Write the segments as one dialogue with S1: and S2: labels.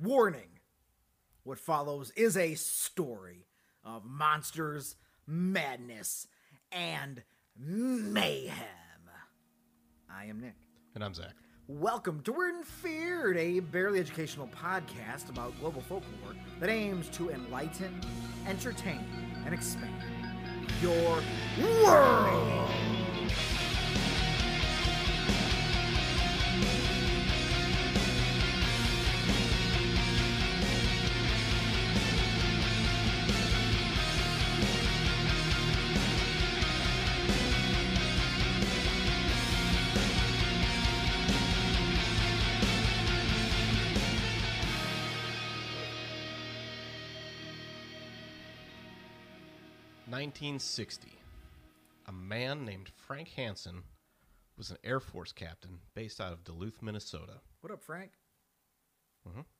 S1: Warning What follows is a story of monsters, madness, and mayhem. I am Nick.
S2: And I'm Zach.
S1: Welcome to We're in Feared, a barely educational podcast about global folklore that aims to enlighten, entertain, and expand your world.
S2: Nineteen sixty. A man named Frank Hansen was an Air Force captain based out of Duluth, Minnesota.
S1: What up, Frank?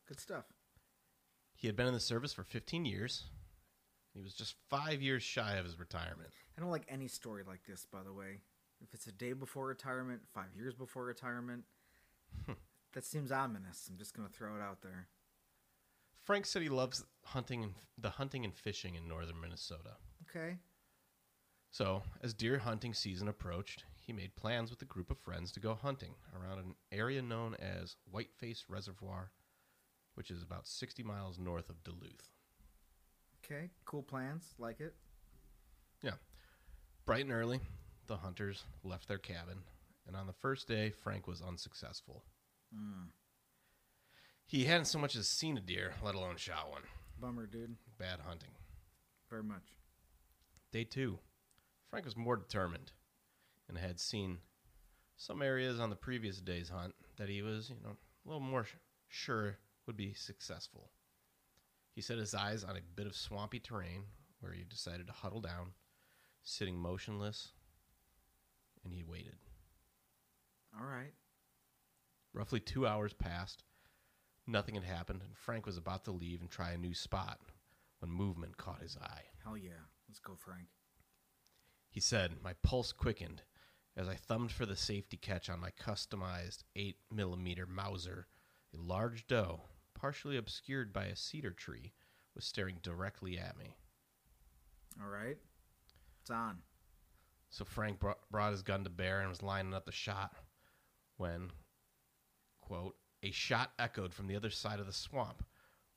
S1: Good stuff.
S2: He had been in the service for fifteen years. He was just five years shy of his retirement.
S1: I don't like any story like this, by the way. If it's a day before retirement, five years before retirement, that seems ominous. I'm just going to throw it out there.
S2: Frank said he loves hunting and the hunting and fishing in northern Minnesota.
S1: Okay.
S2: So, as deer hunting season approached, he made plans with a group of friends to go hunting around an area known as Whiteface Reservoir, which is about 60 miles north of Duluth.
S1: Okay. Cool plans. Like it.
S2: Yeah. Bright and early, the hunters left their cabin, and on the first day, Frank was unsuccessful. He hadn't so much as seen a deer, let alone shot one.
S1: Bummer, dude.
S2: Bad hunting.
S1: Very much.
S2: Day two, Frank was more determined and had seen some areas on the previous day's hunt that he was, you know, a little more sh- sure would be successful. He set his eyes on a bit of swampy terrain where he decided to huddle down, sitting motionless, and he waited.
S1: All right.
S2: Roughly two hours passed. Nothing had happened, and Frank was about to leave and try a new spot when movement caught his eye.
S1: Hell yeah. Let's go, Frank.
S2: He said, My pulse quickened as I thumbed for the safety catch on my customized 8 millimeter Mauser. A large doe, partially obscured by a cedar tree, was staring directly at me.
S1: All right. It's on.
S2: So Frank br- brought his gun to bear and was lining up the shot when, quote, a shot echoed from the other side of the swamp.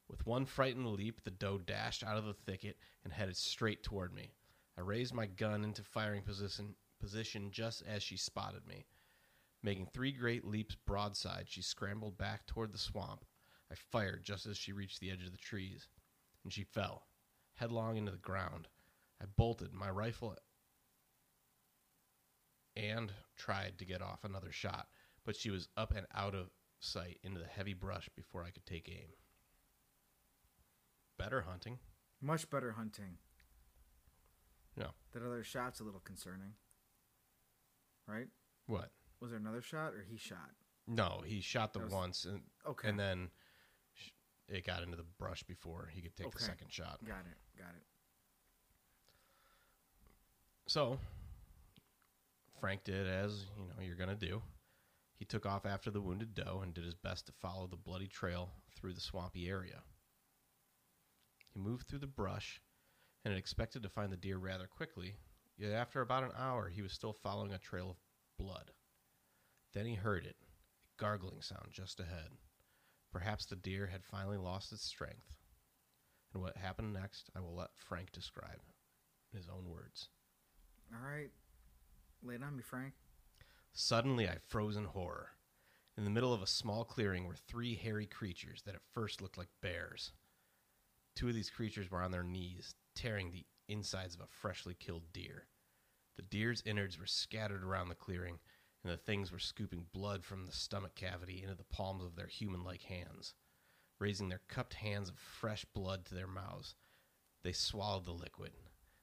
S2: With one frightened leap, the doe dashed out of the thicket and headed straight toward me. I raised my gun into firing position, position just as she spotted me. Making three great leaps broadside, she scrambled back toward the swamp. I fired just as she reached the edge of the trees, and she fell, headlong into the ground. I bolted, my rifle and tried to get off another shot, but she was up and out of sight into the heavy brush before I could take aim. Better hunting.
S1: Much better hunting.
S2: No.
S1: That other shot's a little concerning. Right?
S2: What?
S1: Was there another shot or he shot?
S2: No, he shot the
S1: That was-
S2: once and
S1: Okay.
S2: and then sh- it got into the brush before he could take the
S1: Okay.
S2: second shot.
S1: Got it. Got it.
S2: So Frank did as, you know, you're going to do. He took off after the wounded doe and did his best to follow the bloody trail through the swampy area. He moved through the brush and had expected to find the deer rather quickly, yet after about an hour he was still following a trail of blood. Then he heard it, a gargling sound just ahead. Perhaps the deer had finally lost its strength. And what happened next, I will let Frank describe in his own words.
S1: All right. Lay it on me, Frank.
S2: Suddenly, I froze in horror. In the middle of a small clearing were three hairy creatures that at first looked like bears. Two of these creatures were on their knees, tearing the insides of a freshly killed deer. The deer's innards were scattered around the clearing, and the things were scooping blood from the stomach cavity into the palms of their human like hands. Raising their cupped hands of fresh blood to their mouths, they swallowed the liquid.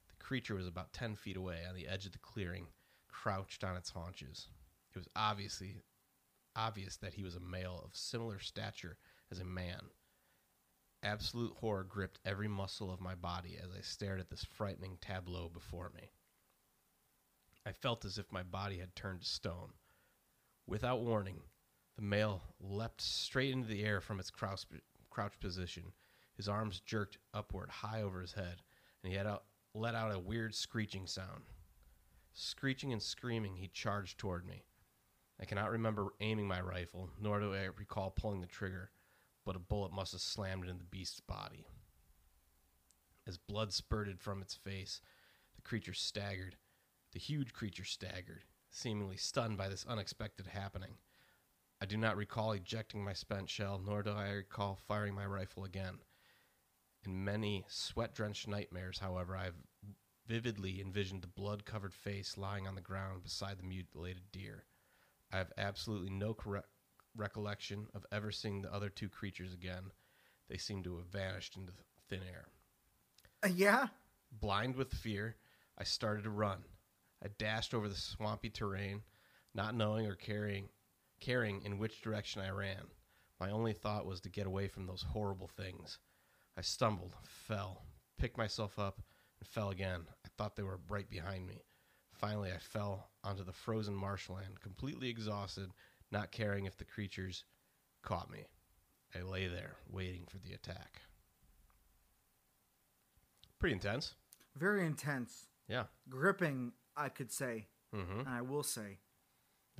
S2: The creature was about 10 feet away on the edge of the clearing, crouched on its haunches. It was obviously obvious that he was a male of similar stature as a man. Absolute horror gripped every muscle of my body as I stared at this frightening tableau before me. I felt as if my body had turned to stone. Without warning, the male leapt straight into the air from its crouch, crouched position, his arms jerked upward high over his head, and he had out, let out a weird screeching sound. Screeching and screaming, he charged toward me. I cannot remember aiming my rifle, nor do I recall pulling the trigger, but a bullet must have slammed into the beast's body. As blood spurted from its face, the creature staggered. The huge creature staggered, seemingly stunned by this unexpected happening. I do not recall ejecting my spent shell, nor do I recall firing my rifle again. In many sweat drenched nightmares, however, I have vividly envisioned the blood covered face lying on the ground beside the mutilated deer. I have absolutely no correct recollection of ever seeing the other two creatures again. They seem to have vanished into thin air.
S1: Uh, yeah?
S2: Blind with fear, I started to run. I dashed over the swampy terrain, not knowing or caring, caring in which direction I ran. My only thought was to get away from those horrible things. I stumbled, fell, picked myself up, and fell again. I thought they were right behind me. Finally, I fell onto the frozen marshland, completely exhausted, not caring if the creatures caught me. I lay there, waiting for the attack. Pretty intense.
S1: Very intense.
S2: Yeah.
S1: Gripping, I could say.
S2: Mm-hmm.
S1: And I will say,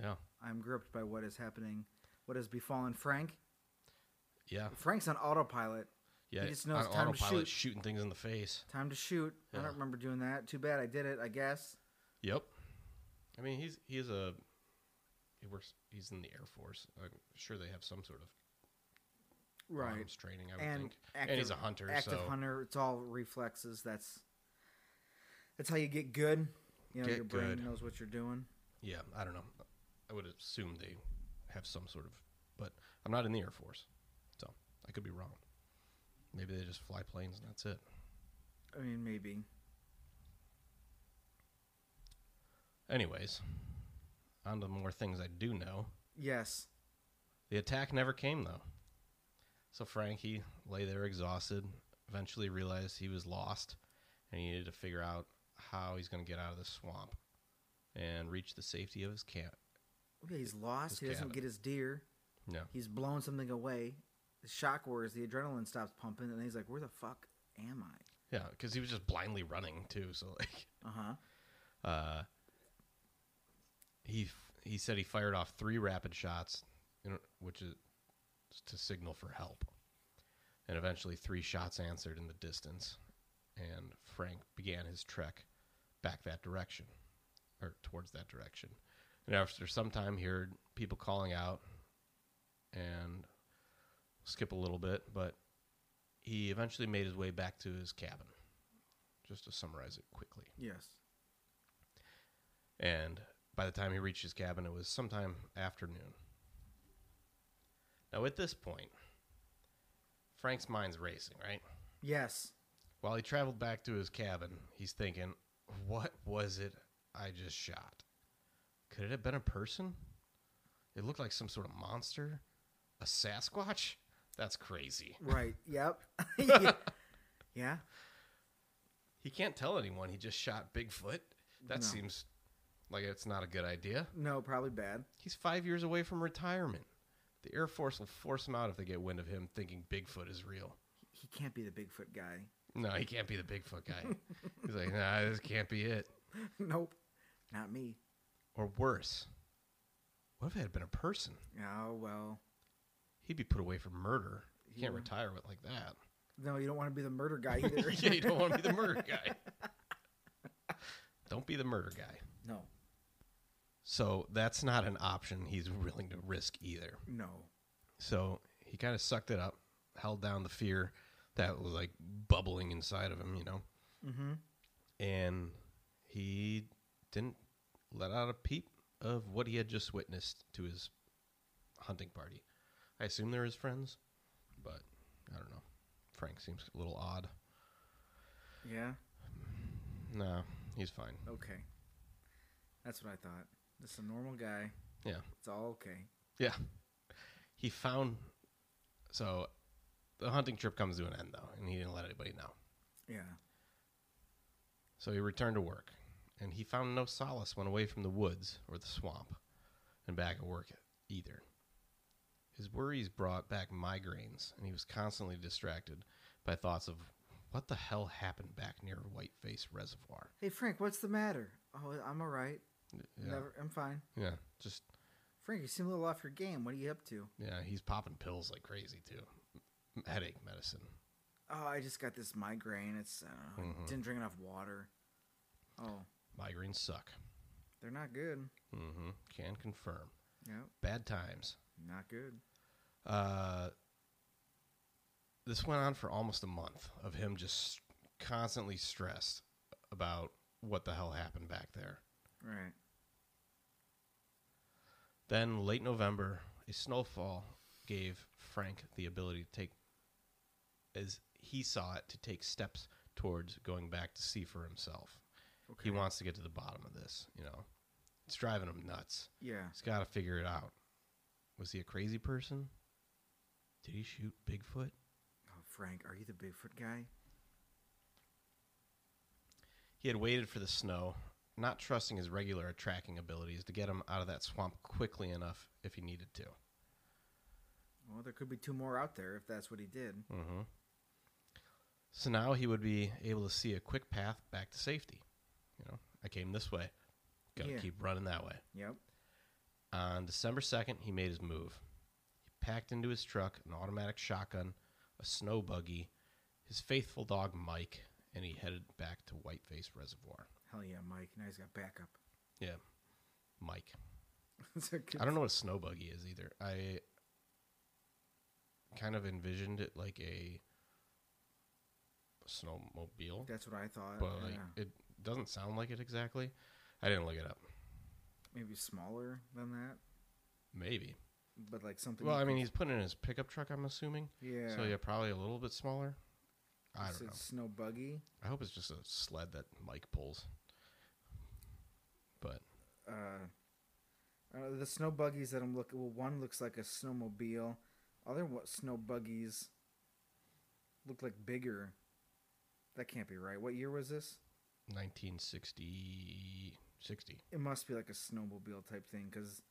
S2: Yeah.
S1: I'm gripped by what is happening, what has befallen Frank.
S2: Yeah.
S1: Frank's on autopilot.
S2: Yeah.
S1: just knows time
S2: on
S1: to
S2: autopilot
S1: shoot.
S2: shooting things in the face.
S1: Time to shoot. I
S2: Yeah.
S1: don't remember doing that. Too bad I did it, I guess.
S2: Yep. I mean, he's he's a he works. He's in the Air Force. I'm sure they have some sort of
S1: Right.
S2: arms training. Um, I would
S1: and
S2: think. and he's a hunter.
S1: Active
S2: so
S1: hunter. It's all reflexes. That's that's how you get good. You know,
S2: Get
S1: your brain
S2: good.
S1: knows what you're doing.
S2: yeah, I don't know. I would assume they have some sort of, but I'm not in the Air Force, so I could be wrong. Maybe they just fly planes and that's it.
S1: I mean, maybe.
S2: Anyways, on to more things I do know.
S1: Yes.
S2: The attack never came, though. So Frank, he lay there exhausted, eventually realized he was lost and he needed to figure out how he's going to get out of the swamp and reach the safety of his camp.
S1: Okay, he's lost.
S2: His
S1: he doesn't
S2: cabin.
S1: get his deer.
S2: No.
S1: He's blown something away. The shock wears. The adrenaline stops pumping, and he's like, "Where the fuck am I?"
S2: Yeah, because he was just blindly running, too. So, like,
S1: Uh huh.
S2: uh, he, f- he said he fired off three rapid shots, you know, which is to signal for help. And eventually, three shots answered in the distance, and Frank began his trek back that direction, or towards that direction. And after some time, he heard people calling out, and skip a little bit, but he eventually made his way back to his cabin. Just to summarize it quickly.
S1: Yes.
S2: And by the time he reached his cabin, it was sometime afternoon. Now, at this point, Frank's mind's racing, right?
S1: Yes.
S2: While he traveled back to his cabin, he's thinking, what was it I just shot? Could it have been a person? It looked like some sort of monster? A Sasquatch? That's crazy.
S1: Right. Yep. yeah. yeah.
S2: He can't tell anyone he just shot Bigfoot. That
S1: No.
S2: seems like it's not a good idea.
S1: No, probably bad.
S2: He's five years away from retirement. The Air Force will force him out if they get wind of him thinking Bigfoot is real.
S1: He can't be the Bigfoot guy.
S2: No, he can't be the Bigfoot guy. He's like, nah, this can't be it.
S1: nope. Not me.
S2: Or worse, what if it had been a person?
S1: Oh well.
S2: He'd be put away for murder. You can't
S1: Yeah.
S2: retire with like that.
S1: No, you don't want to be the murder guy either.
S2: yeah, you don't want to be the murder guy. don't be the murder guy.
S1: No.
S2: So that's not an option he's willing to risk either.
S1: No.
S2: So he kind of sucked it up, held down the fear that was like bubbling inside of him, you know.
S1: Mm-hmm.
S2: and he didn't let out a peep of what he had just witnessed to his hunting party. I assume they're his friends, but I don't know. Frank seems a little odd.
S1: Yeah.
S2: No, he's fine.
S1: Okay. That's what I thought. Just a normal guy.
S2: Yeah.
S1: It's all okay.
S2: Yeah. He found. So the hunting trip comes to an end, though, and he didn't let anybody know.
S1: Yeah.
S2: So he returned to work, and he found no solace when away from the woods or the swamp and back at work either. His worries brought back migraines, and he was constantly distracted by thoughts of what the hell happened back near Whiteface Reservoir.
S1: Hey Frank, what's the matter? Oh, I'm all right.
S2: Yeah,
S1: Never, I'm fine.
S2: yeah, just
S1: Frank, you seem a little off your game. What are you up to?
S2: yeah. He's popping pills like crazy too. M- Headache medicine.
S1: Oh, I just got this migraine. It's I don't know,
S2: Mhm.
S1: didn't drink enough water. Oh,
S2: Migraines suck.
S1: they're not good.
S2: Mm-hmm. Can confirm.
S1: Yep,
S2: Bad times.
S1: not good.
S2: Uh, this went on for almost a month of him just constantly stressed about what the hell happened back there.
S1: Right.
S2: Then, late November, a snowfall gave Frank the ability to take, as he saw it, to take steps towards going back to see for himself.
S1: Okay.
S2: He wants to get to the bottom of this, you know. It's driving him nuts.
S1: Yeah.
S2: He's got to figure it out. Was he a crazy person? Did he shoot Bigfoot?
S1: Oh, Frank, are you the Bigfoot guy?
S2: He had waited for the snow, not trusting his regular tracking abilities to get him out of that swamp quickly enough if he needed to.
S1: Well, there could be two more out there if that's what he did.
S2: Mm-hmm. So now he would be able to see a quick path back to safety. You know, I came this way. Gotta
S1: Yeah.
S2: keep running that way.
S1: Yep.
S2: On December 2nd, he made his move. He packed into his truck an automatic shotgun, a snow buggy, his faithful dog Mike, and he headed back to Whiteface Reservoir.
S1: Hell yeah, Mike. Now he's got backup.
S2: Yeah, Mike.
S1: It's a good-
S2: I don't know what a snow buggy is either. I kind of envisioned it like a snowmobile,
S1: That's what I thought.
S2: but like
S1: yeah.
S2: it doesn't sound like it exactly. I didn't look it up.
S1: Maybe smaller than that,
S2: Maybe.
S1: but like something.
S2: Well,
S1: you
S2: I mean,
S1: could-
S2: he's putting it in his pickup truck. I'm assuming.
S1: yeah.
S2: So yeah, probably a little bit smaller. I
S1: It's
S2: don't know.
S1: a snow buggy.
S2: I hope it's just a sled that Mike pulls. But
S1: uh, uh, the snow buggies that I'm looking. Well, one looks like a snowmobile. Other what snow buggies look like bigger. That can't be right. What year was this?
S2: 1960, 60.
S1: It must be like a snowmobile type thing because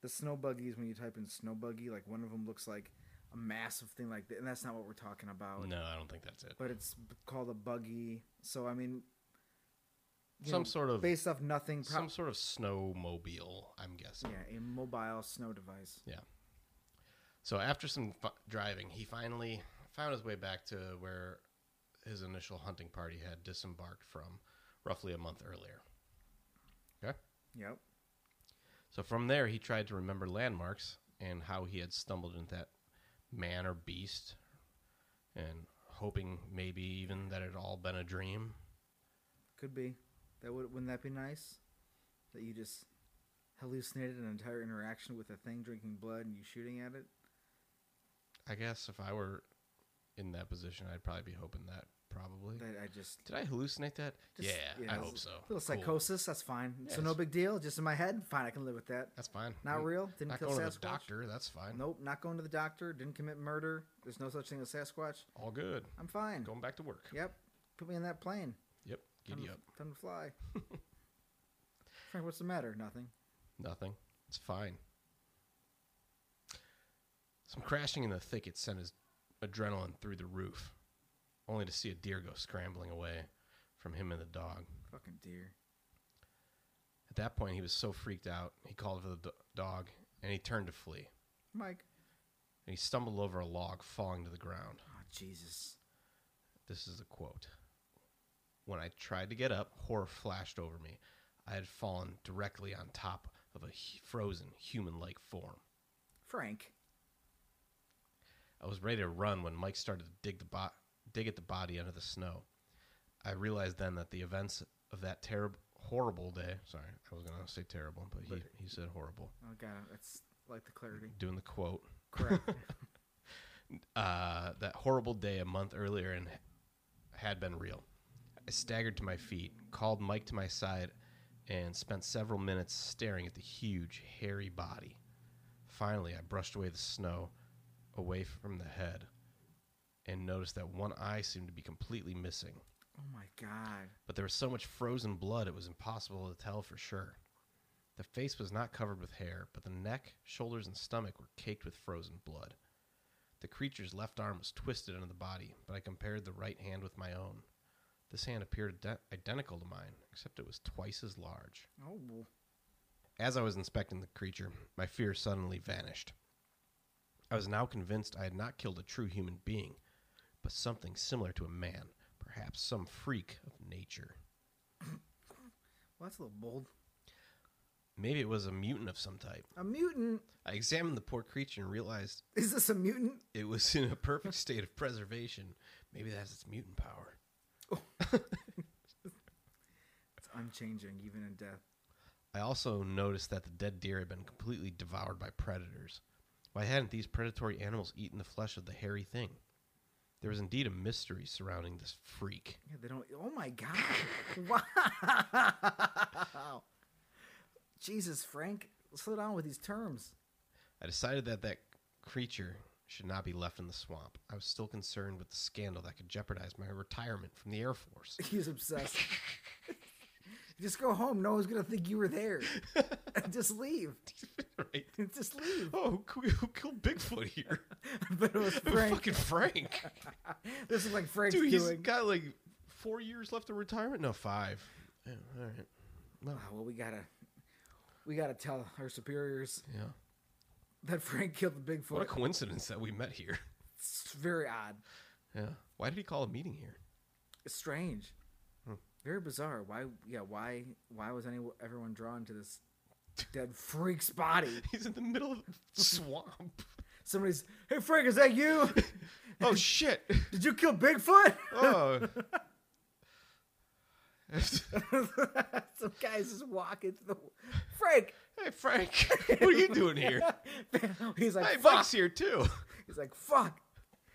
S1: the snow buggies. When you type in snow buggy, like one of them looks like a massive thing like that, and that's not what we're talking about.
S2: No, I don't think that's it.
S1: Oh, But it's b- called a buggy. So I mean, you
S2: Some
S1: know,
S2: sort of
S1: based off nothing. Pro-
S2: some sort of snowmobile, I'm guessing.
S1: yeah, a mobile snow device.
S2: So after some f- driving, he finally found his way back to where his initial hunting party had disembarked from roughly a month earlier.
S1: Yep.
S2: So from there, he tried to remember landmarks and how he had stumbled into that man or beast, and hoping maybe even that it had all been a dream.
S1: Could be. That would wouldn't that be nice? That you just hallucinated an entire interaction with a thing drinking blood and you shooting at it.
S2: I guess if I were in that position, I'd probably be hoping that. Probably.
S1: That I just,
S2: Did I hallucinate that?
S1: just
S2: Mm. yeah, I
S1: it's
S2: hope so.
S1: A little
S2: Cool.
S1: psychosis, that's fine. so
S2: Yes.
S1: no big deal. Just in my head, fine. I can live with that.
S2: That's fine.
S1: Not
S2: Mm,
S1: real. Didn't
S2: Not
S1: kill
S2: going
S1: Sasquatch.
S2: to the doctor. That's fine.
S1: Nope. Not going to the doctor. Didn't commit murder. There's no such thing as Sasquatch.
S2: All good.
S1: I'm fine.
S2: Going back to work.
S1: Yep. Put me in that plane.
S2: Yep.
S1: Time
S2: Giddy
S1: to-
S2: up.
S1: Time to fly. Frank, what's the matter? Nothing.
S2: Nothing. It's fine. Some crashing in the thicket sent his adrenaline through the roof, only to see a deer go scrambling away from him and the dog.
S1: Fucking deer.
S2: At that point, he was so freaked out, he called for the do- dog and he turned to flee.
S1: Mike.
S2: And he stumbled over a log, falling to the ground.
S1: Oh Jesus.
S2: This is a quote. When I tried to get up, horror flashed over me. I had fallen directly on top of a hu- frozen, human like form.
S1: Frank.
S2: I was ready to run when Mike started to dig the bo- dig at the body under the snow. I realized then that the events of that terrible, horrible day. Sorry, I was gonna say terrible, but he,
S1: But-
S2: he said horrible.
S1: Oh god, that's like the clarity.
S2: Doing the quote,
S1: Correct.
S2: uh, that horrible day a month earlier and had been real. I staggered to my feet, called Mike to my side, and spent several minutes staring at the huge, hairy body. Finally, I brushed away the snow away from the head and noticed that one eye seemed to be completely missing.
S1: Oh my god.
S2: But there was so much frozen blood, it was impossible to tell for sure. The face was not covered with hair, but the neck, shoulders, and stomach were caked with frozen blood. The creature's left arm was twisted under the body, but I compared the right hand with my own. This hand appeared ident- identical to mine, except it was twice as large.
S1: Oh,
S2: As I was inspecting the creature, my fear suddenly vanished. I was now convinced I had not killed a true human being, but something similar to a man, perhaps some freak of nature.
S1: well, that's a little bold.
S2: Maybe it was a mutant of some type.
S1: A mutant?
S2: I examined the poor creature and realized
S1: Is this a mutant?
S2: it was in a perfect state of preservation. Maybe that's its mutant power.
S1: It's unchanging, even in death.
S2: I also noticed that the dead deer had been completely devoured by predators. Why hadn't these predatory animals eaten the flesh of the hairy thing? There was indeed a mystery surrounding this freak.
S1: Yeah, they don't. Oh my god! wow. Jesus, Frank, slow down with these terms.
S2: I decided that that creature should not be left in the swamp. I was still concerned with the scandal that could jeopardize my retirement from the Air Force.
S1: He's obsessed. Just go home. No one's gonna think you were there. Just leave.
S2: right?
S1: Just leave.
S2: Oh, who, who killed Bigfoot here?
S1: But it was Frank.
S2: Fucking Frank.
S1: This is like Frank's
S2: Dude, he's
S1: doing.
S2: got like four years left of retirement? No, five. Yeah, all right.
S1: Oh, well, we gotta, we gotta tell our superiors
S2: Yeah.
S1: that Frank killed the Bigfoot.
S2: What a coincidence that we met here.
S1: It's very odd.
S2: Yeah. Why did he call a meeting here?
S1: It's strange.
S2: Hmm.
S1: Very bizarre. Why? Yeah. Why? Why was anyone everyone drawn to this dead freak's body?
S2: He's in the middle of the swamp.
S1: Somebody's, hey Frank, is that you?
S2: Oh shit.
S1: Did you kill Bigfoot?
S2: Oh.
S1: Some guys just walking to the Frank.
S2: hey Frank, what are you doing here?
S1: He's like,
S2: Hey,
S1: fuck.
S2: Mike's here too.
S1: He's like, fuck.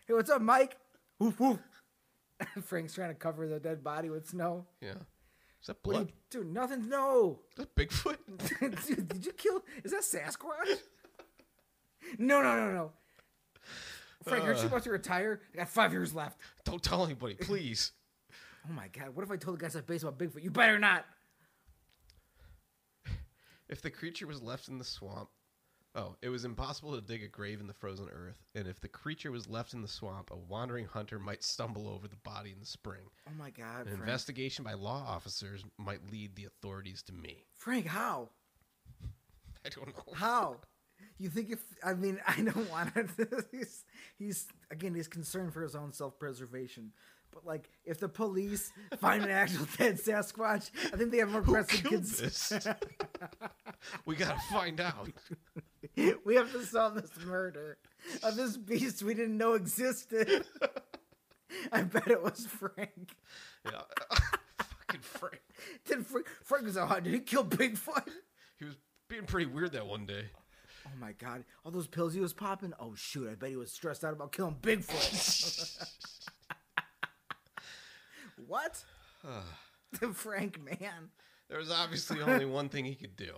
S1: Hey, what's up, Mike? Woof woof. Frank's trying to cover the dead body with snow.
S2: Yeah. Is that
S1: What are
S2: blood?
S1: you- Dude, nothing. No.
S2: Is that Bigfoot?
S1: Dude, did you kill? Is that Sasquatch? No, no, no, no. Frank, aren't you
S2: Uh.
S1: about to retire? I got five years left.
S2: Don't tell anybody, please.
S1: Oh my god, what if I told the guys at base about Bigfoot? You better not.
S2: If the creature was left in the swamp, oh, it was impossible to dig a grave in the frozen earth. And if the creature was left in the swamp, a wandering hunter might stumble over the body in the spring.
S1: Oh my god,
S2: An
S1: Frank.
S2: investigation by law officers might lead the authorities to me.
S1: Frank, how?
S2: I don't know.
S1: How? You think if I mean I don't want to. he's, he's again he's concerned for his own self preservation. But like if the police find an actual dead Sasquatch, I think they have more
S2: Who
S1: pressing
S2: killed
S1: cons-
S2: this? we gotta find out.
S1: We have to solve this murder of this beast we didn't know existed. I bet it was Frank.
S2: Yeah. Fucking Frank.
S1: Did Frank, Frank was a hot. Did he kill Bigfoot?
S2: He was being pretty weird that one day.
S1: Oh my god! All those pills he was popping. Oh shoot! I bet he was stressed out about killing Bigfoot. what? the Frank man.
S2: There was obviously only one thing he could do.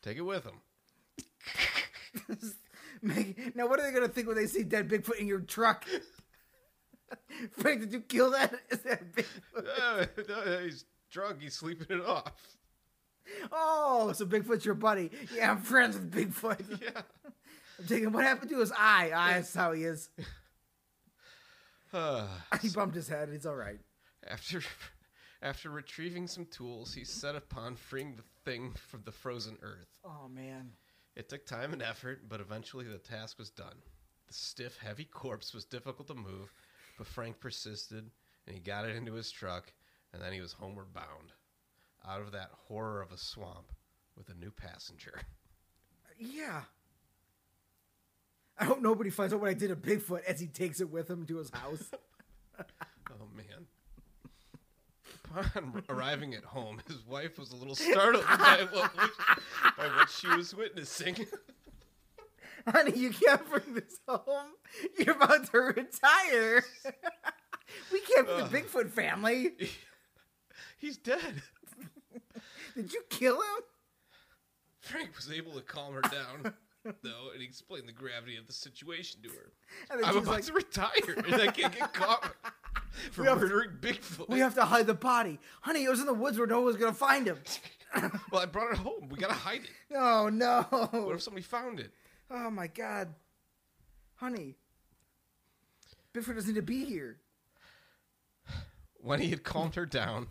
S2: Take it with him.
S1: Make- now what are they gonna think when they see dead Bigfoot in your truck? Frank, did you kill that? Is that Bigfoot?
S2: Uh, he's drunk, he's sleeping it off.
S1: Oh, so Bigfoot's your buddy. Yeah, I'm friends with Bigfoot.
S2: Yeah.
S1: I'm thinking, what happened to his eye? Ah, that's how he is.
S2: Uh,
S1: He bumped his head. He's all right.
S2: after after retrieving some tools, he set upon freeing the thing from the frozen earth.
S1: Oh man.
S2: It took time and effort, but eventually the task was done. The stiff, heavy corpse was difficult to move, but Frank persisted, and he got it into his truck, and then he was homeward bound, out of that horror of a swamp, with a new passenger.
S1: Yeah. I hope nobody finds out what I did to Bigfoot as he takes it with him to his house.
S2: Oh man. Upon arriving at home, his wife was a little startled by what, by what she was witnessing.
S1: Honey, you can't bring this home. You're about to retire. we can't be the Bigfoot family.
S2: He's dead.
S1: Did you kill him?
S2: Frank was able to calm her down, though, and explain the gravity of the situation to her.
S1: And then
S2: I'm
S1: she's
S2: about
S1: like,
S2: to retire, and I can't get caught for
S1: have-
S2: murdering Bigfoot.
S1: we have to hide the body. Honey, it was in the woods where no one was going to find him.
S2: Well, I brought it home. We gotta hide it.
S1: oh no!
S2: What if somebody found it?
S1: Oh my god. Honey. Bifford doesn't need to be here.
S2: When he had calmed her down,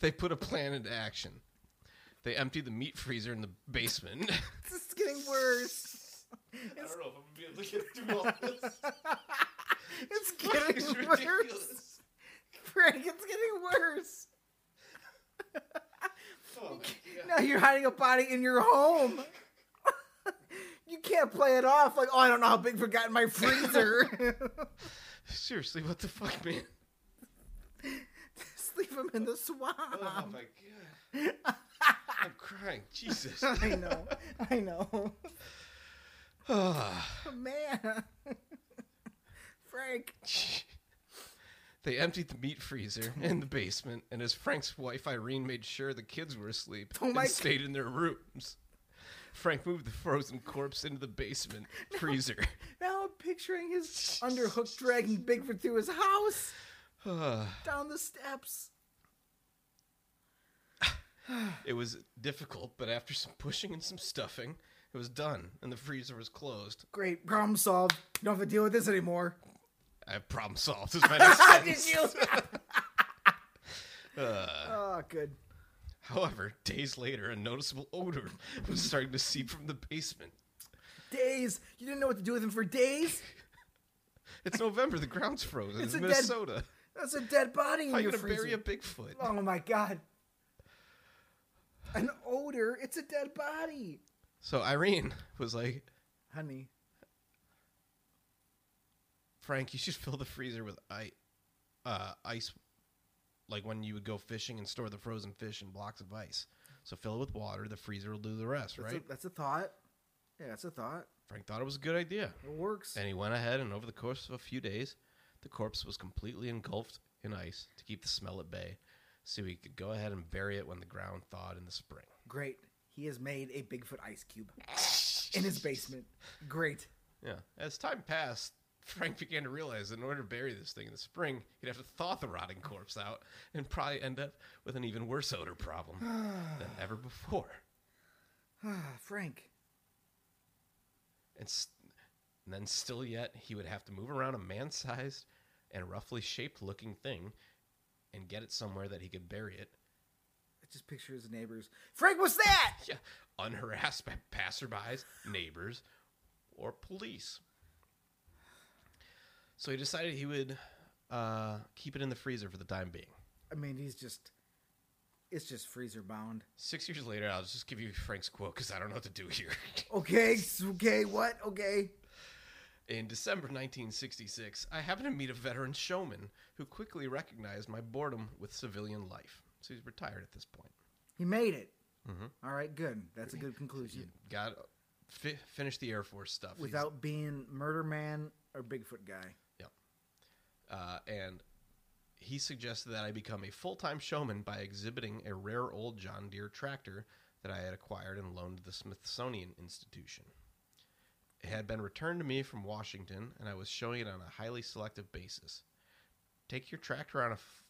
S2: they put a plan into action. They emptied the meat freezer in the basement.
S1: This is getting worse.
S2: I don't know if I'm gonna be able to get through all this.
S1: It's getting
S2: It's
S1: worse.
S2: ridiculous.
S1: Frank, it's getting worse.
S2: Oh, my God.
S1: Now you're hiding a body in your home. you can't play it off like, oh, I don't know how big forgot in my freezer.
S2: Seriously, what the fuck, man?
S1: Just leave him in the swamp.
S2: Oh my god. I'm crying. Jesus.
S1: I know. I know.
S2: Ah.
S1: Man. Frank.
S2: they emptied the meat freezer in the basement, and as Frank's wife Irene made sure the kids were asleep
S1: Oh my
S2: and stayed in their rooms, Frank moved the frozen corpse into the basement freezer.
S1: Now I'm picturing his underhook dragging Bigfoot through his house
S2: Ah.
S1: down the steps.
S2: it was difficult, but after some pushing and some stuffing, it was done, and the freezer was closed.
S1: Great, problem solved. You don't have to deal with this anymore.
S2: I have problem solved. Is my next
S1: Did
S2: sentence.
S1: you?
S2: Ah.
S1: oh, good.
S2: However, days later, a noticeable odor was starting to seep from the basement.
S1: Days. You didn't know what to do with him for days.
S2: It's November. The ground's frozen.
S1: It's
S2: It's,
S1: a dead-
S2: Minnesota.
S1: That's a dead body in
S2: How you
S1: your
S2: gonna
S1: freezer.
S2: bury a Bigfoot?
S1: Oh my god. An odor. It's a dead body.
S2: So Irene was like,
S1: Honey.
S2: "Frank, you should fill the freezer with ice, uh, ice, like when you would go fishing and store the frozen fish in blocks of ice. So fill it with water. The freezer will do the rest,
S1: That's,
S2: right?"
S1: a, that's a thought. Yeah, that's a thought.
S2: Frank thought it was a good idea,
S1: It works.
S2: and he went ahead. And over the course of a few days, the corpse was completely engulfed in ice to keep the smell at bay, so he could go ahead and bury it when the ground thawed in the spring.
S1: Great. He has made a Bigfoot ice cube in his basement. Great.
S2: Yeah. As time passed, Frank began to realize that in order to bury this thing in the spring, he'd have to thaw the rotting corpse out and probably end up with an even worse odor problem than ever before.
S1: Ah, Frank.
S2: And, s and then, still yet, he would have to move around a man sized and roughly shaped looking thing and get it somewhere that he could bury it.
S1: I just picture his neighbors. Frank, what's that?
S2: Yeah. Unharassed by passerbys, neighbors, or police. So he decided he would uh, keep it in the freezer for the time being.
S1: I mean, he's just. It's just freezer bound.
S2: Six years later, I'll just give you Frank's quote because I don't know what to do here.
S1: Okay, s- okay, what? Okay.
S2: In December 1966, I happened to meet a veteran showman who quickly recognized my boredom with civilian life. So he's retired at this point.
S1: He made it.
S2: Mhm.
S1: All right, good. That's a good
S2: He
S1: conclusion.
S2: got fi- finished the Air Force stuff. He's-
S1: Without being Murder Man or Bigfoot Guy.
S2: uh, and he suggested that I become a full-time showman by exhibiting a rare old John Deere tractor that I had acquired and loaned to the Smithsonian Institution. It had been returned to me from Washington, and I was showing it on a highly selective basis. Take your tractor on a f-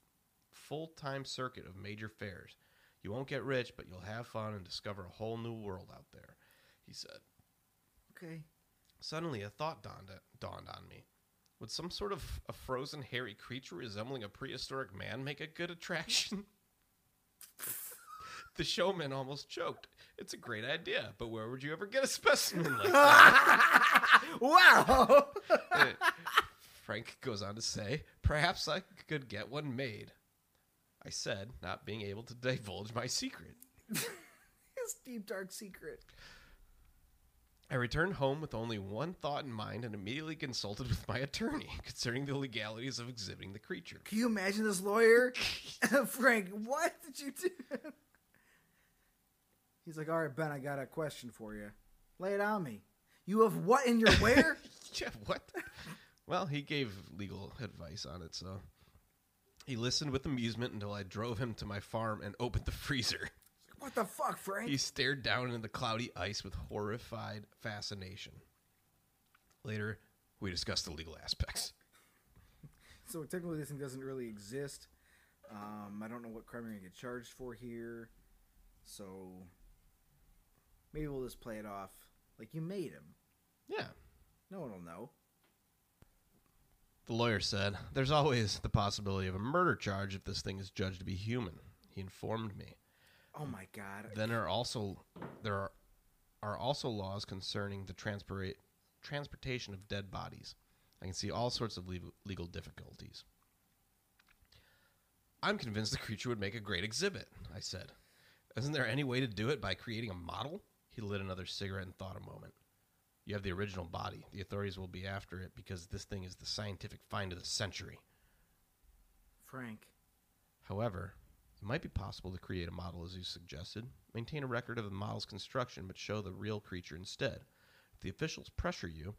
S2: full-time circuit of major fairs. You won't get rich, but you'll have fun and discover a whole new world out there, he said.
S1: Okay.
S2: Suddenly, a thought dawned, dawned on me. Would some sort of a frozen hairy creature resembling a prehistoric man make a good attraction? the showman almost choked. It's a great idea, but where would you ever get a specimen like that?
S1: wow.
S2: Uh, Frank goes on to say, Perhaps I could get one made. I said, not being able to divulge my secret.
S1: His deep dark secret.
S2: I returned home with only one thought in mind and immediately consulted with my attorney concerning the legalities of exhibiting the creature.
S1: Can you imagine this lawyer? Frank, what did you do? He's like, all right, Ben, I got a question for you. Lay it on me. You have what in your where?
S2: yeah, what? well, he gave legal advice on it, so he listened with amusement until I drove him to my farm and opened the freezer.
S1: what the fuck, Frank?
S2: He stared down into the cloudy ice with horrified fascination. Later, we discussed the legal aspects.
S1: So technically, this thing doesn't really exist. Um, I don't know what crime you're gonna get charged for here. So maybe we'll just play it off like you made him.
S2: Yeah.
S1: No one will know.
S2: The lawyer said, There's always the possibility of a murder charge if this thing is judged to be human, he informed me.
S1: Oh my god.
S2: Then there are also there are, are also laws concerning the transpira- transportation of dead bodies. I can see all sorts of legal, legal difficulties. I'm convinced the creature would make a great exhibit, I said. Isn't there any way to do it by creating a model? He lit another cigarette and thought a moment. You have the original body. The authorities will be after it because this thing is the scientific find of the century.
S1: Frank.
S2: However, it might be possible to create a model as you suggested, maintain a record of the model's construction, but show the real creature instead. If the officials pressure you,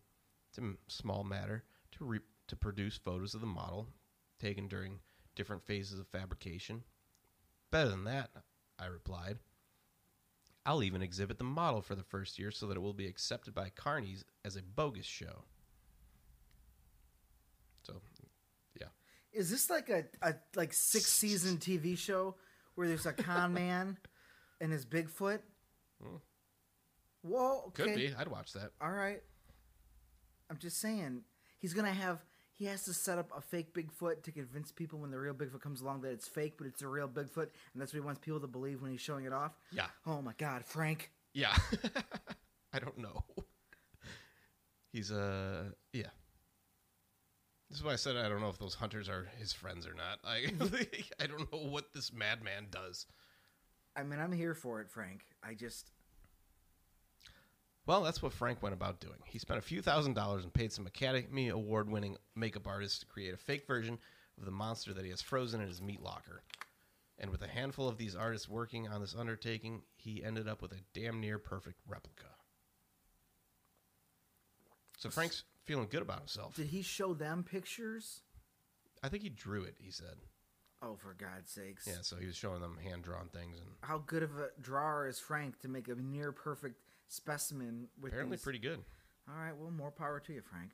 S2: it's a m- small matter to, re- to produce photos of the model taken during different phases of fabrication. Better than that, I replied. I'll even exhibit the model for the first year so that it will be accepted by carnies as a bogus show. So,
S1: Is this like a, a like six season TV show where there's a con man and his Bigfoot?
S2: Hmm.
S1: Whoa. Okay.
S2: could be. I'd watch that.
S1: All right. I'm just saying he's gonna have he has to set up a fake Bigfoot to convince people when the real Bigfoot comes along that it's fake, but it's a real Bigfoot, and that's what he wants people to believe when he's showing it off.
S2: Yeah.
S1: Oh my God, Frank!
S2: Yeah. I don't know. He's uh yeah. This is why I said I don't know if those hunters are his friends or not. I I don't know what this madman does.
S1: I mean, I'm here for it, Frank. I just
S2: Well, that's what Frank went about doing. He spent a few thousand dollars and paid some Academy Award winning makeup artists to create a fake version of the monster that he has frozen in his meat locker. And with a handful of these artists working on this undertaking, he ended up with a damn near perfect replica. So Frank's feeling good about himself.
S1: did he show them pictures?
S2: I think he drew it, he said.
S1: Oh, for God's sakes!
S2: Yeah, so he was showing them hand drawn things and
S1: How good of a drawer is Frank to make a near perfect specimen? With
S2: apparently
S1: these-
S2: pretty good.
S1: All right. Well, more power to you, Frank.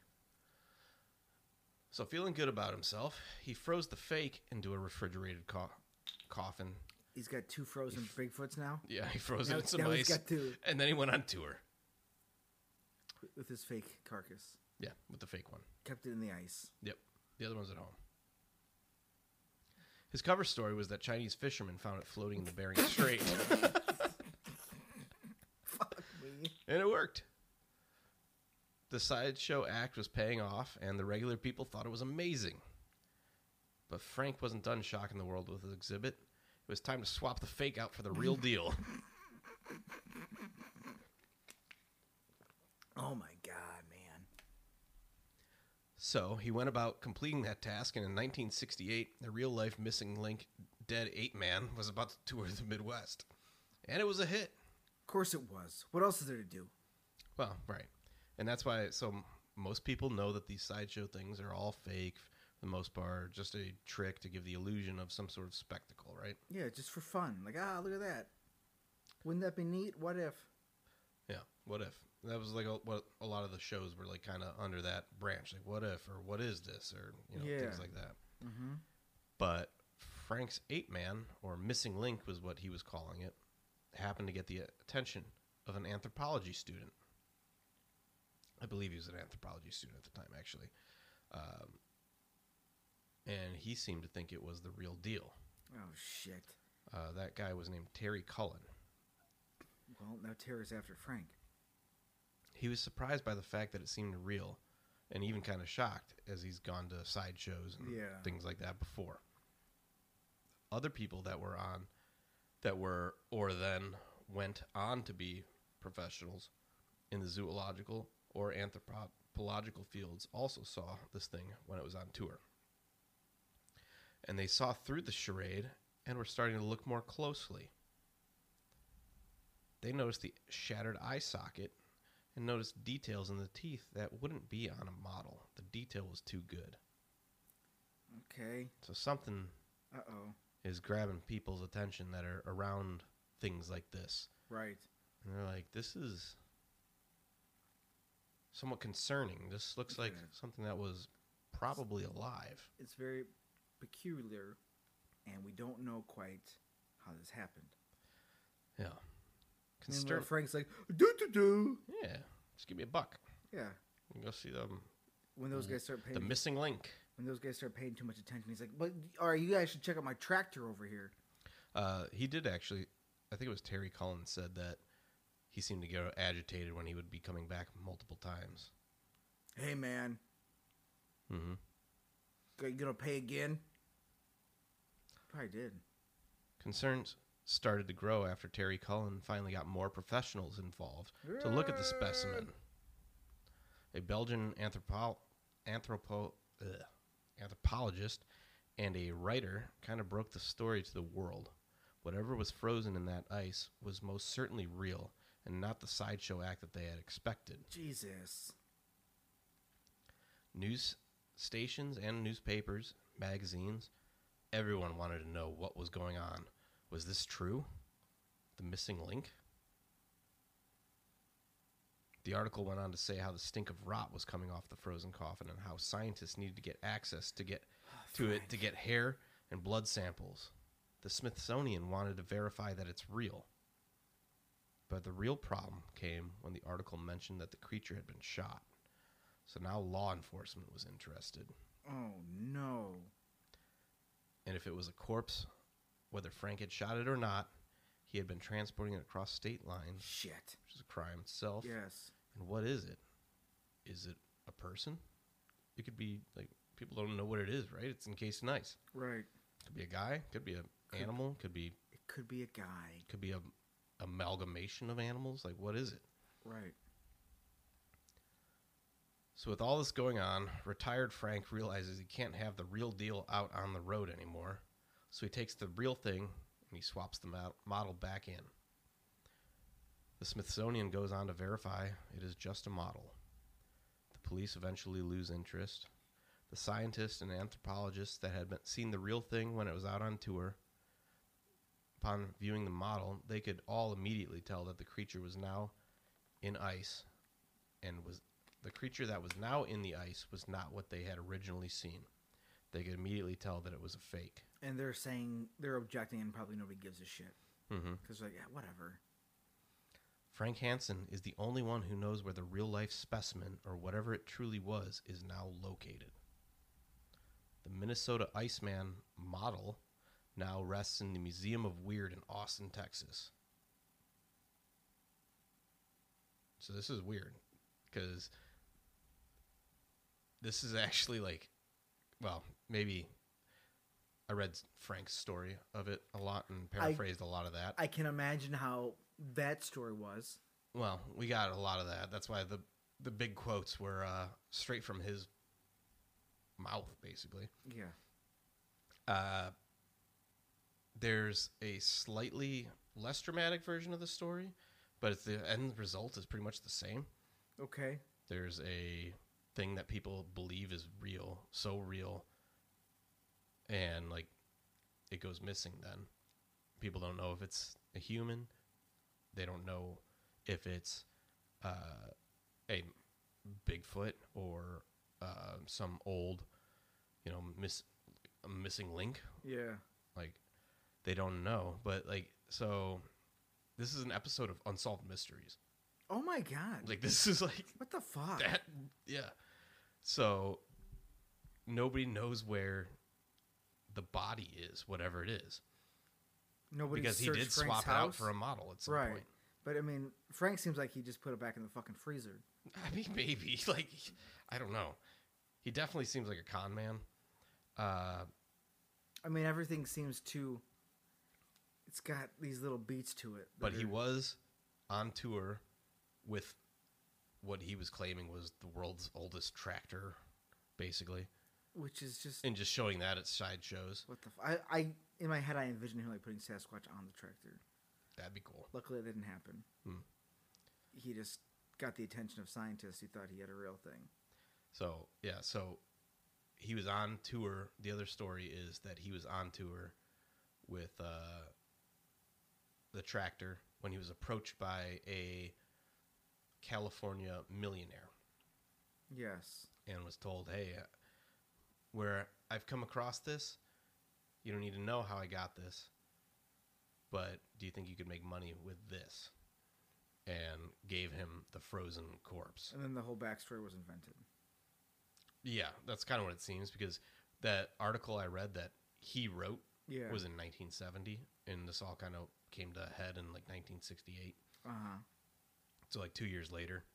S2: So feeling good about himself, he froze the fake into a refrigerated co- coffin.
S1: He's got two frozen Bigfoots now.
S2: Yeah, he froze
S1: Now-
S2: it in some
S1: now he's
S2: ice.
S1: got two.
S2: And then he went on tour.
S1: with his fake carcass.
S2: Yeah, with the fake one.
S1: Kept it in the ice.
S2: Yep. The other one's at home. His cover story was that Chinese fishermen found it floating in the Bering Strait.
S1: Fuck me.
S2: and it worked. The sideshow act was paying off, and the regular people thought it was amazing. But Frank wasn't done shocking the world with his exhibit. It was time to swap the fake out for the real deal.
S1: Oh my god, man.
S2: So he went about completing that task, and in 1968, the real life missing link, Dead Ape Man, was about to tour the Midwest. And it was a hit.
S1: Of course it was. What else is there to do?
S2: Well, right. And that's why, so m- most people know that these sideshow things are all fake for the most part, just a trick to give the illusion of some sort of spectacle, right?
S1: Yeah, just for fun. Like, ah, look at that. Wouldn't that be neat? What if?
S2: Yeah. What if? That was like a, what a lot of the shows were like kind of under that branch. Like, what if, or what is this, or, you know,
S1: Yeah.
S2: things like that.
S1: Mm-hmm.
S2: But Frank's Ape Man, or Missing Link was what he was calling it, happened to get the attention of an anthropology student. I believe he was an anthropology student at the time, actually. Um, and he seemed to think it was the real deal.
S1: Oh shit.
S2: Uh, that guy was named Terry Cullen.
S1: Well, now Tara's after Frank.
S2: He was surprised by the fact that it seemed real and even kind of shocked as he's gone to sideshows and
S1: Yeah.
S2: things like that before. Other people that were on that were or then went on to be professionals in the zoological or anthropological fields also saw this thing when it was on tour. And they saw through the charade and were starting to look more closely. They noticed the shattered eye socket and noticed details in the teeth that wouldn't be on a model. The detail was too good.
S1: Okay.
S2: So something
S1: Uh oh.
S2: is grabbing people's attention that are around things like this.
S1: Right.
S2: And they're like, this is somewhat concerning. This looks like
S1: Yeah.
S2: something that was probably alive.
S1: It's very peculiar, and we don't know quite how this happened.
S2: Yeah.
S1: And
S2: Consider,
S1: Frank's like, do do do.
S2: yeah. Just give me a buck.
S1: Yeah.
S2: And go see them.
S1: When those guys start paying,
S2: The missing link.
S1: when those guys start paying too much attention, he's like, "But all right, you guys should check out my tractor over here."
S2: Uh, he did actually. I think it was Terry Collins said that he seemed to get agitated when he would be coming back multiple times.
S1: Hey man,
S2: Mm-hmm.
S1: you gonna pay again? Probably did.
S2: Concerns started to grow after Terry Cullen finally got more professionals involved to look at the specimen. A Belgian anthropo- anthropo- ugh, anthropologist and a writer kind of broke the story to the world. Whatever was frozen in that ice was most certainly real and not the sideshow act that they had expected.
S1: Jesus.
S2: News stations and newspapers, magazines, everyone wanted to know what was going on. Was this true? The missing link? The article went on to say how the stink of rot was coming off the frozen coffin and how scientists needed to get access to get to it to get hair and blood samples. The Smithsonian wanted to verify that it's real. But the real problem came when the article mentioned that the creature had been shot. So now law enforcement was interested.
S1: Oh no.
S2: And if it was a corpse, whether Frank had shot it or not, he had been transporting it across state lines,
S1: Shit.
S2: which is a crime itself.
S1: Yes.
S2: And what is it? Is it a person? It could be like people don't know what it is, right? It's encased in ice.
S1: Right.
S2: Could be a guy, could be an animal, could be
S1: It could be a guy.
S2: could be a amalgamation of animals. Like what is it?
S1: Right.
S2: So, with all this going on, retired Frank realizes he can't have the real deal out on the road anymore. So, he takes the real thing and he swaps the mo- model back in. The Smithsonian goes on to verify it is just a model. The police eventually lose interest. The scientists and anthropologists that had been, seen the real thing when it was out on tour, upon viewing the model, they could all immediately tell that the creature was now in ice and was the creature that was now in the ice was not what they had originally seen. They could immediately tell that it was a fake.
S1: And they're saying they're objecting, and probably nobody gives a shit
S2: Mm-hmm.
S1: because like, yeah, whatever.
S2: Frank Hansen is the only one who knows where the real life specimen, or whatever it truly was, is now located. The Minnesota Iceman model now rests in the Museum of Weird in Austin, Texas. So this is weird because this is actually like, well, maybe I read Frank's story of it a lot and paraphrased a lot of that.
S1: I can imagine how that story was.
S2: Well, we got a lot of that. That's why the the big quotes were uh, straight from his mouth, basically.
S1: Yeah.
S2: Uh, there's a slightly less dramatic version of the story, but it's the end result is pretty much the same.
S1: Okay.
S2: There's a thing that people believe is real, so real, and like it goes missing. Then people don't know if it's a human. They don't know if it's uh, a Bigfoot or uh, some old, you know, miss a missing link.
S1: Yeah.
S2: Like they don't know, but like so. This is an episode of Unsolved Mysteries.
S1: Oh my god.
S2: Like this is like
S1: what the fuck?
S2: that yeah so nobody knows where the body is whatever it is
S1: Nobody
S2: because he
S1: searched
S2: did
S1: Frank's
S2: swap it out
S1: house?
S2: for a model at some
S1: right.
S2: point
S1: But I mean, Frank seems like he just put it back in the fucking freezer.
S2: i mean maybe like i don't know he definitely seems like a con man uh
S1: I mean, everything seems too. It's got these little beats to it. that
S2: but he
S1: are-
S2: was on tour with what he was claiming was the world's oldest tractor basically
S1: which is just
S2: and just showing that at sideshows
S1: what the. F- I, I in my head I envisioned him like putting Sasquatch on the tractor.
S2: that'd be cool
S1: Luckily, it didn't happen.
S2: Hmm.
S1: He just got the attention of scientists who thought he had a real thing.
S2: So yeah, so he was on tour. The other story is that he was on tour with uh, the tractor when he was approached by a California millionaire
S1: Yes.
S2: and was told, "Hey, uh, where I've come across this, you don't need to know how I got this, but do you think you could make money with this? And gave him the frozen corpse.
S1: And then the whole backstory was invented.
S2: Yeah, that's kind of what it seems because that article I read that he wrote
S1: Yeah.
S2: was in 1970, and this all kind of came to a head in like 1968.
S1: Uh huh.
S2: so like two years later,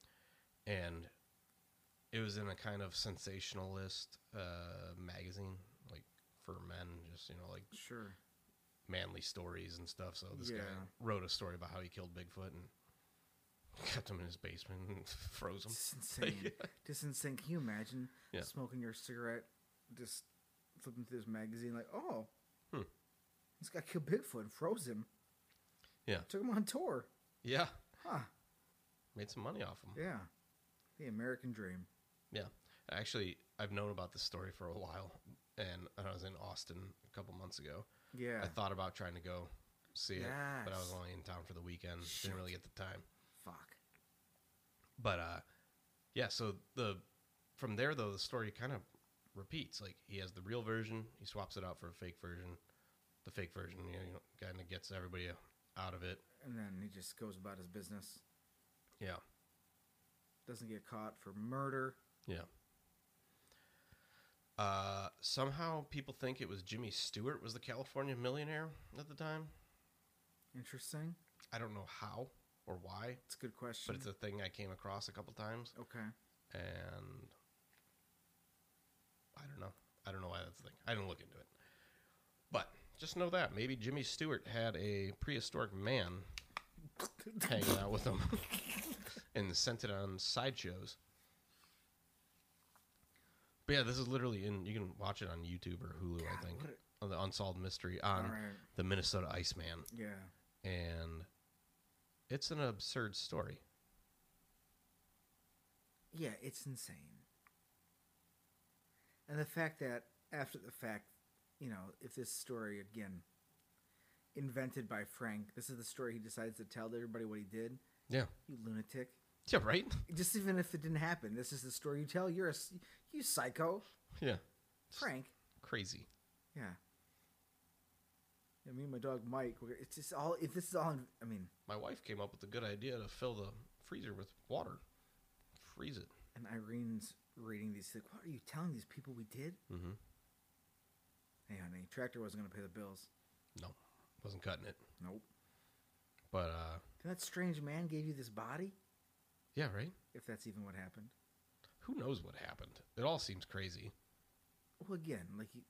S2: and it was in a kind of sensationalist uh, magazine, like for men, just you know, like
S1: Sure.
S2: manly stories and stuff. So this guy
S1: Yeah.
S2: wrote a story about how he killed Bigfoot and kept him in his basement and froze him.
S1: It's insane. Just insane. Can you imagine
S2: Yeah.
S1: smoking your cigarette, just flipping through this magazine, like, oh,
S2: Hmm.
S1: this guy killed Bigfoot and froze him.
S2: Yeah.
S1: Took him on tour.
S2: Yeah,
S1: Huh.
S2: made some money off him.
S1: Yeah. The American dream.
S2: Actually, I've known about this story for a while, and I was in Austin a couple months ago.
S1: Yeah.
S2: I thought about trying to go see it, but I was
S1: Yes.
S2: only in town for the weekend.
S1: Shit.
S2: Didn't really get the time.
S1: Fuck.
S2: But uh, yeah, so the from there though the story kind of repeats. Like he has the real version, he swaps it out for a fake version. The fake version, you know, you know kind of gets everybody uh, out of it.
S1: And then he just goes about his business.
S2: Yeah,
S1: Doesn't get caught for murder.
S2: yeah. Uh, somehow people think it was Jimmy Stewart was the California millionaire at the time.
S1: Interesting.
S2: I don't know how or why,
S1: It's a good question.
S2: but it's a thing I came across a couple times,
S1: okay.
S2: and I don't know. I don't know why that's the thing. I didn't look into it, but just know that maybe Jimmy Stewart had a prehistoric man hanging out with him and sent it on sideshows. But yeah, this is literally in. You can watch it on YouTube or Hulu, I
S1: God,
S2: think,
S1: what a-
S2: on the Unsolved Mystery
S1: All
S2: on
S1: right.
S2: the Minnesota Iceman
S1: Yeah.
S2: and it's an absurd story.
S1: Yeah, it's insane. And the fact that after the fact, you know, if this story again invented by Frank, this is the story he decides to tell to everybody what he did.
S2: Yeah.
S1: You lunatic.
S2: Yeah, right?
S1: Just even if it didn't happen, this is the story you tell. You're a s- you psycho,
S2: Yeah.
S1: Frank.
S2: Crazy.
S1: Yeah. yeah. Me and my dog Mike. We're, it's just all. If this is all, in, I mean,
S2: My wife came up with the good idea to fill the freezer with water. Freeze it.
S1: and Irene's reading these. Like, what are you telling these people we did?
S2: Mm-hmm.
S1: Hey, honey, tractor wasn't gonna pay the bills.
S2: No. Wasn't cutting it.
S1: Nope.
S2: But uh
S1: And that strange man gave you this body,
S2: yeah, right?
S1: if that's even what happened.
S2: Who knows what happened? It all seems crazy.
S1: Well, again, like he,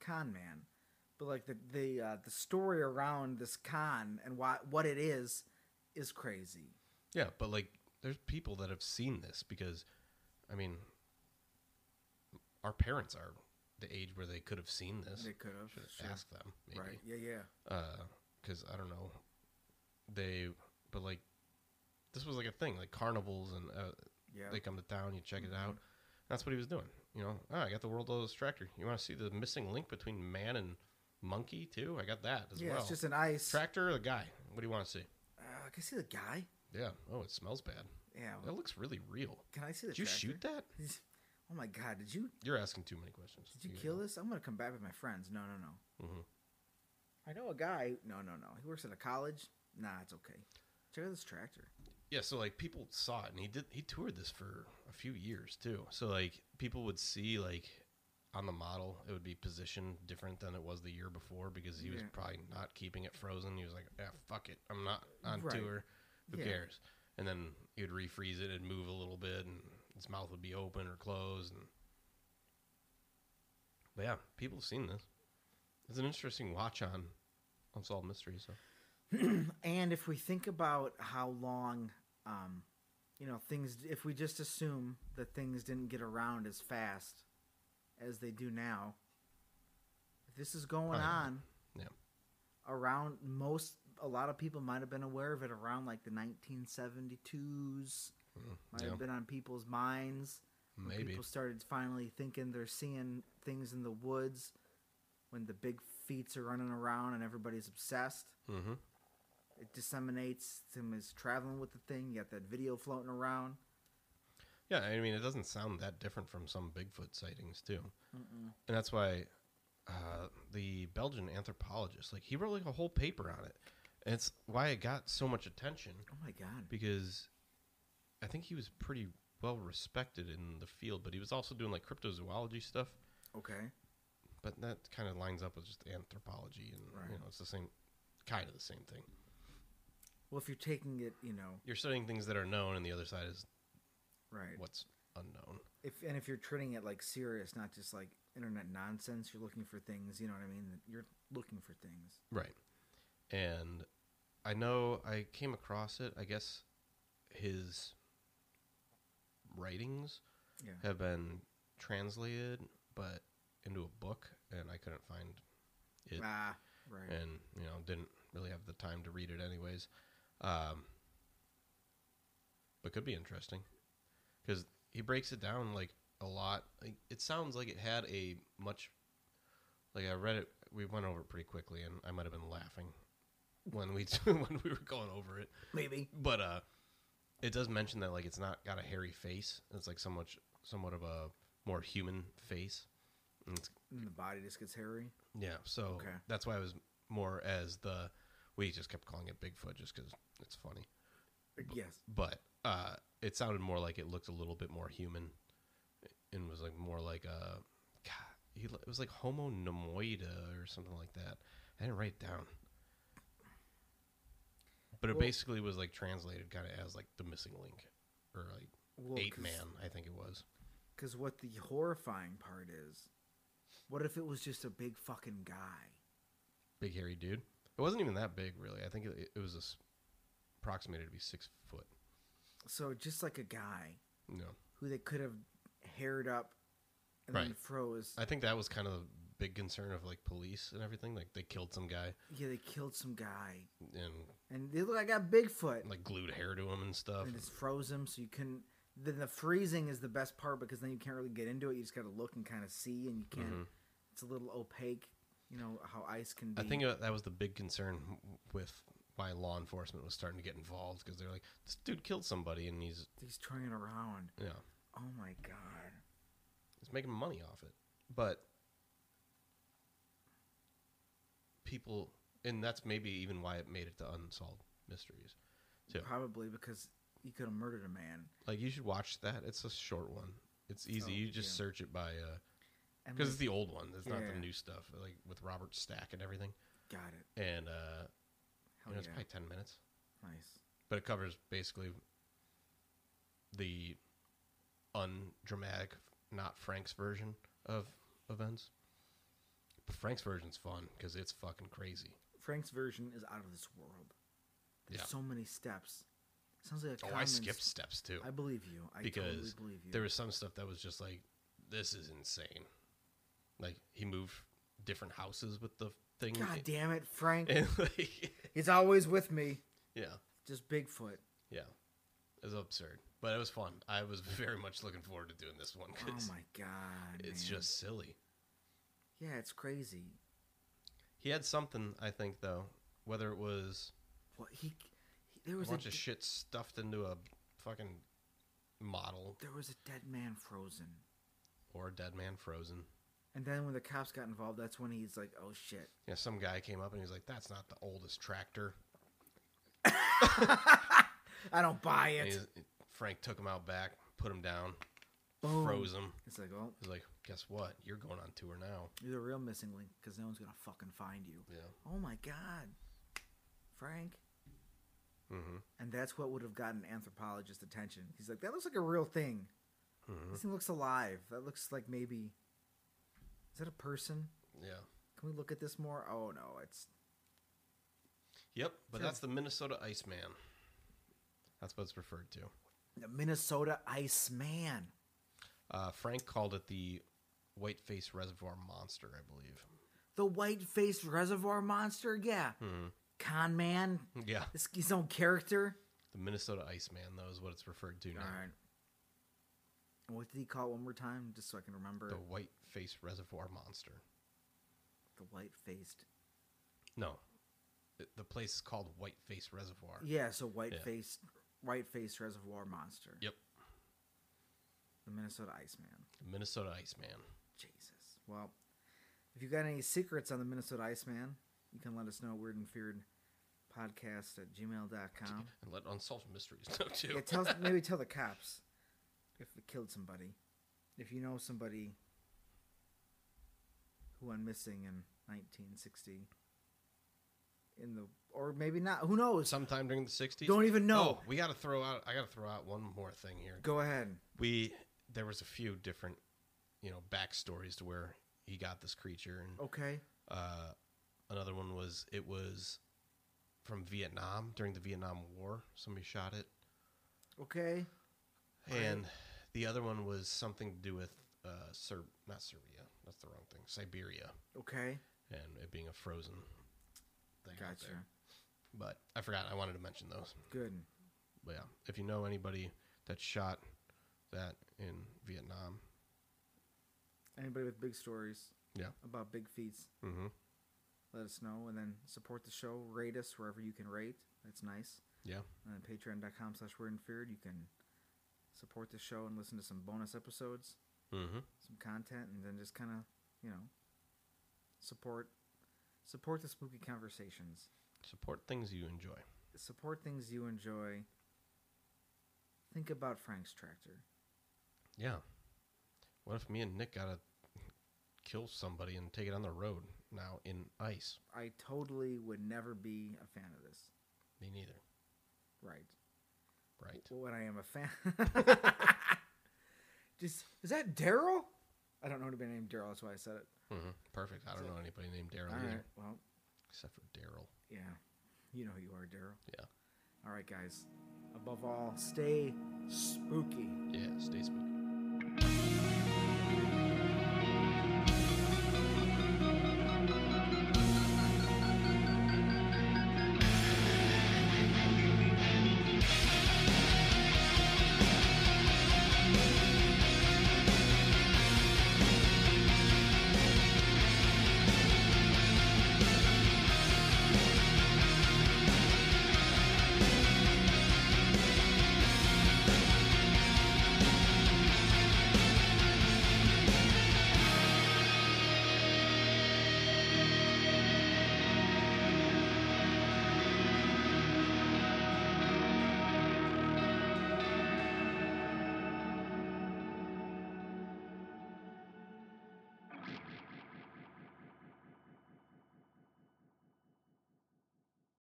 S1: con man, but like the the uh, the story around this con and why what it is is crazy.
S2: Yeah, but like there's people that have seen this because I mean our parents are the age where they could have seen this.
S1: They could have
S2: Should
S1: sure.
S2: ask them, maybe.
S1: right? Yeah, yeah.
S2: because I don't know, they but like this was like a thing like carnivals and uh,
S1: Yeah. Mm-hmm.
S2: they come to town, you check it out. That's what he was doing. You know, oh, I got the world's oldest tractor. You want to see the missing link between man and monkey too? I got that as
S1: yeah,
S2: well.
S1: it's just an ice.
S2: tractor or the guy? What do you want to see?
S1: uh, can I see the guy?
S2: Yeah. Oh, it smells bad.
S1: Yeah.
S2: That looks really real.
S1: Can I see Oh. the
S2: Did you
S1: tractor?
S2: shoot that?
S1: Oh my god, did you
S2: You're asking too many questions.
S1: did you kill this? I'm gonna come back with my friends. No, no, no.
S2: Mhm.
S1: I know a guy. No, no, no. He works at a college. Nah, it's okay. Check out this tractor.
S2: Yeah, so like people saw it, and he did. He toured this for a few years too. So like people would see like on the model, it would be positioned different than it was the year before because he was
S1: Yeah.
S2: probably not keeping it frozen. He was like, "Yeah, fuck it, I'm not on
S1: Right.
S2: tour. Who
S1: Yeah.
S2: cares?" And then he would refreeze it and move a little bit, and his mouth would be open or closed. And but yeah, people have seen this. It's an interesting watch on Unsolved Mysteries. So
S1: And if we think about how long, um, you know, things, if we just assume that things didn't get around as fast as they do now, if this is going
S2: Probably not.
S1: on
S2: Yeah.
S1: around most, a lot of people might have been aware of it around like the 1972s,
S2: mm,
S1: might
S2: yeah,
S1: have been on people's minds. when
S2: maybe.
S1: People started finally thinking they're seeing things in the woods when the big feets are running around and everybody's obsessed
S2: Mm-hmm.
S1: it disseminates him as traveling with the thing. You got that video floating around.
S2: Yeah, I mean, it doesn't sound that different from some Bigfoot sightings, too.
S1: Mm-mm.
S2: And that's why uh, the Belgian anthropologist. Like he wrote like a whole paper on it. And it's why it got so much attention
S1: Oh my god.
S2: because I think he was pretty well respected in the field, but he was also doing like cryptozoology stuff.
S1: Okay.
S2: But that kind of lines up with just anthropology, and
S1: Right.
S2: you know, it's the same, kind of the same thing.
S1: Well, if you're taking it, you know,
S2: You're studying things that are known, and the other side is
S1: right.
S2: what's unknown.
S1: If and if you're treating it like serious, not just like internet nonsense, you're looking for things. You know what I mean? You're looking for things.
S2: Right. And I know I came across it. I guess his writings
S1: Yeah.
S2: have been translated, but into a book, and I couldn't find it,
S1: ah, right.
S2: and you know didn't really have the time to read it, anyways. Um, but could be interesting because he breaks it down like a lot. Like, it sounds like it had a much like I read it. We went over it pretty quickly, and I might have been laughing when we when we were going over it.
S1: Maybe.
S2: But uh, it does mention that like it's not got a hairy face. It's like so much somewhat of a more human face. And it's,
S1: And the body just gets hairy.
S2: yeah, so
S1: Okay.
S2: that's why I was more as the we just kept calling it Bigfoot just because it's funny.
S1: Yes.
S2: But uh, it sounded more like it looked a little bit more human, and was like more like a God. He, lo- it was like Homo nomoida or something like that. I didn't write it down. But it
S1: Well-
S2: basically was like translated kind of as like the missing link, or like
S1: Well,
S2: ape
S1: cause,
S2: man, I think it was.
S1: Because what the horrifying part is, what if it was just a big fucking guy?
S2: Big hairy dude. It wasn't even that big, really. I think it, it was s- approximated to be six foot.
S1: So just like a guy
S2: No,
S1: who they could have haired up and then
S2: Right.
S1: froze.
S2: I think that was kind of the big concern of like police and everything. Like they killed some guy
S1: yeah, they killed some guy,
S2: and
S1: and they look like a Bigfoot,
S2: like glued hair to him and stuff.
S1: and just froze him so you couldn't. Then the freezing is the best part because then you can't really get into it. You just got to look and kind of see, and you can't.
S2: Mhm.
S1: It's a little opaque, you know how ice can be.
S2: I think uh, that was the big concern with why law enforcement was starting to get involved because they're like, this dude killed somebody and he's
S1: he's turning around.
S2: you know
S1: Oh my god!
S2: he's making money off it. But people, and that's maybe even why it made it to unsolved mysteries. Yeah.
S1: Probably because you could have murdered a man.
S2: Like you should watch that. It's a short one. It's easy.
S1: Oh,
S2: you just
S1: yeah.
S2: search it by uh,
S1: And
S2: because
S1: we-
S2: it's the old one. It's not
S1: Mm. Yeah.
S2: the new stuff, like with Robert Stack and everything.
S1: Got it.
S2: And uh, you
S1: Hell
S2: know, it's
S1: yeah.
S2: probably ten minutes,
S1: Nice.
S2: but it covers basically the undramatic, not Frank's version of events. But Frank's version's fun because it's fucking crazy.
S1: Frank's version is out of this world. There's
S2: Yeah.
S1: so many steps. Sounds like a
S2: Oh, I
S1: common
S2: skipped
S1: s-
S2: steps too
S1: I believe you. I
S2: because
S1: totally believe you.
S2: there was some stuff that was just like, this is insane. Like he moved different houses with the thing.
S1: God damn it, Frank.
S2: And like,
S1: He's always with me.
S2: yeah.
S1: Just Bigfoot.
S2: Yeah, it was absurd, but it was fun. I was very much looking forward to doing this one
S1: Oh
S2: because
S1: my god.
S2: it's
S1: man.
S2: just silly.
S1: Yeah, it's crazy.
S2: He had something, I think, though, whether it was
S1: What he, he there
S2: a
S1: was a,
S2: bunch of
S1: d-
S2: shit stuffed into a fucking model
S1: there was a dead man frozen.
S2: or a dead man frozen.
S1: And then when the cops got involved, that's when he's like, "Oh shit."
S2: Yeah, some guy came up and he was like, "That's not the oldest tractor."
S1: I don't buy
S2: And
S1: it.
S2: he's- Frank took him out back, put him down,
S1: Boom.
S2: froze him.
S1: It's like, "Well,
S2: He's like, "Guess what? You're going on tour now."
S1: you're the real missing link cuz no one's going to fucking find you."
S2: Yeah.
S1: Oh my god. Frank.
S2: Mm-hmm.
S1: And that's what would have gotten an anthropologist attention. He's like, that looks like a real thing.
S2: Mm-hmm.
S1: This thing looks alive. That looks like maybe. Is that a person?
S2: Yeah.
S1: Can we look at this more? Oh no, it's
S2: Yep, but
S1: Sure.
S2: that's the Minnesota Iceman. That's what it's referred to.
S1: the Minnesota Iceman.
S2: Uh, Frank called it the Whiteface Reservoir Monster, I believe.
S1: The white faced reservoir monster? Yeah. Con man.
S2: Yeah,
S1: This, his own character.
S2: the Minnesota Iceman, though, is what it's referred to now.
S1: Alright. What did he call it one more time? Just so I can remember.
S2: The Whiteface Reservoir Monster.
S1: The white faced.
S2: No, Th- the place is called Whiteface Reservoir.
S1: Yeah, so white faced white faced reservoir monster.
S2: Yep,
S1: The Minnesota Iceman.
S2: the Minnesota Iceman.
S1: Jesus. Well, If you got any secrets on the Minnesota Iceman, you can let us know. Weird and Feared podcast at gmail.com.
S2: and let unsolved mysteries know too.
S1: Yeah, tell maybe tell the cops if we killed somebody. If you know somebody who went missing in 1960, in the or maybe not. Who knows?
S2: Sometime during the '60s.
S1: Don't even know.
S2: Oh, we got to throw out. I got to throw out one more thing here.
S1: Go ahead.
S2: We there was a few different, you know, backstories to where he got this creature, and
S1: Okay.
S2: uh, another one was it was from Vietnam during the Vietnam War. Somebody shot it,
S1: Okay. Right.
S2: and the other one was something to do with uh, Ser- not Serbia. That's the wrong thing. Siberia,
S1: Okay.
S2: and it being a frozen thing. out
S1: Gotcha.
S2: there. But I forgot. I wanted to mention those.
S1: Good.
S2: But yeah, if you know anybody that shot that in Vietnam,
S1: Anybody with big stories?
S2: Yeah.
S1: About big feats,
S2: mm-hmm.
S1: let us know, and then support the show. Rate us wherever you can rate. That's nice.
S2: Yeah.
S1: And then patreon.com slash we're in feared. You can support the show and listen to some bonus episodes.
S2: Mm-hmm.
S1: some content and then just kind of you know support support the spooky conversations
S2: support things you enjoy.
S1: support things you enjoy think about frank's tractor
S2: Yeah. What if me and Nick gotta kill somebody and take it on the road now in ice?
S1: i totally would never be a fan of this
S2: Me neither.
S1: right
S2: Right.
S1: well, when i am a fan just is that daryl i don't know anybody named daryl that's why i said it
S2: Mm-hmm. Perfect. I don't know anybody named Daryl
S1: all
S2: either,
S1: right well
S2: except for Daryl.
S1: yeah you know who you are daryl
S2: Yeah.
S1: all right guys above all stay spooky
S2: Yeah. Stay spooky.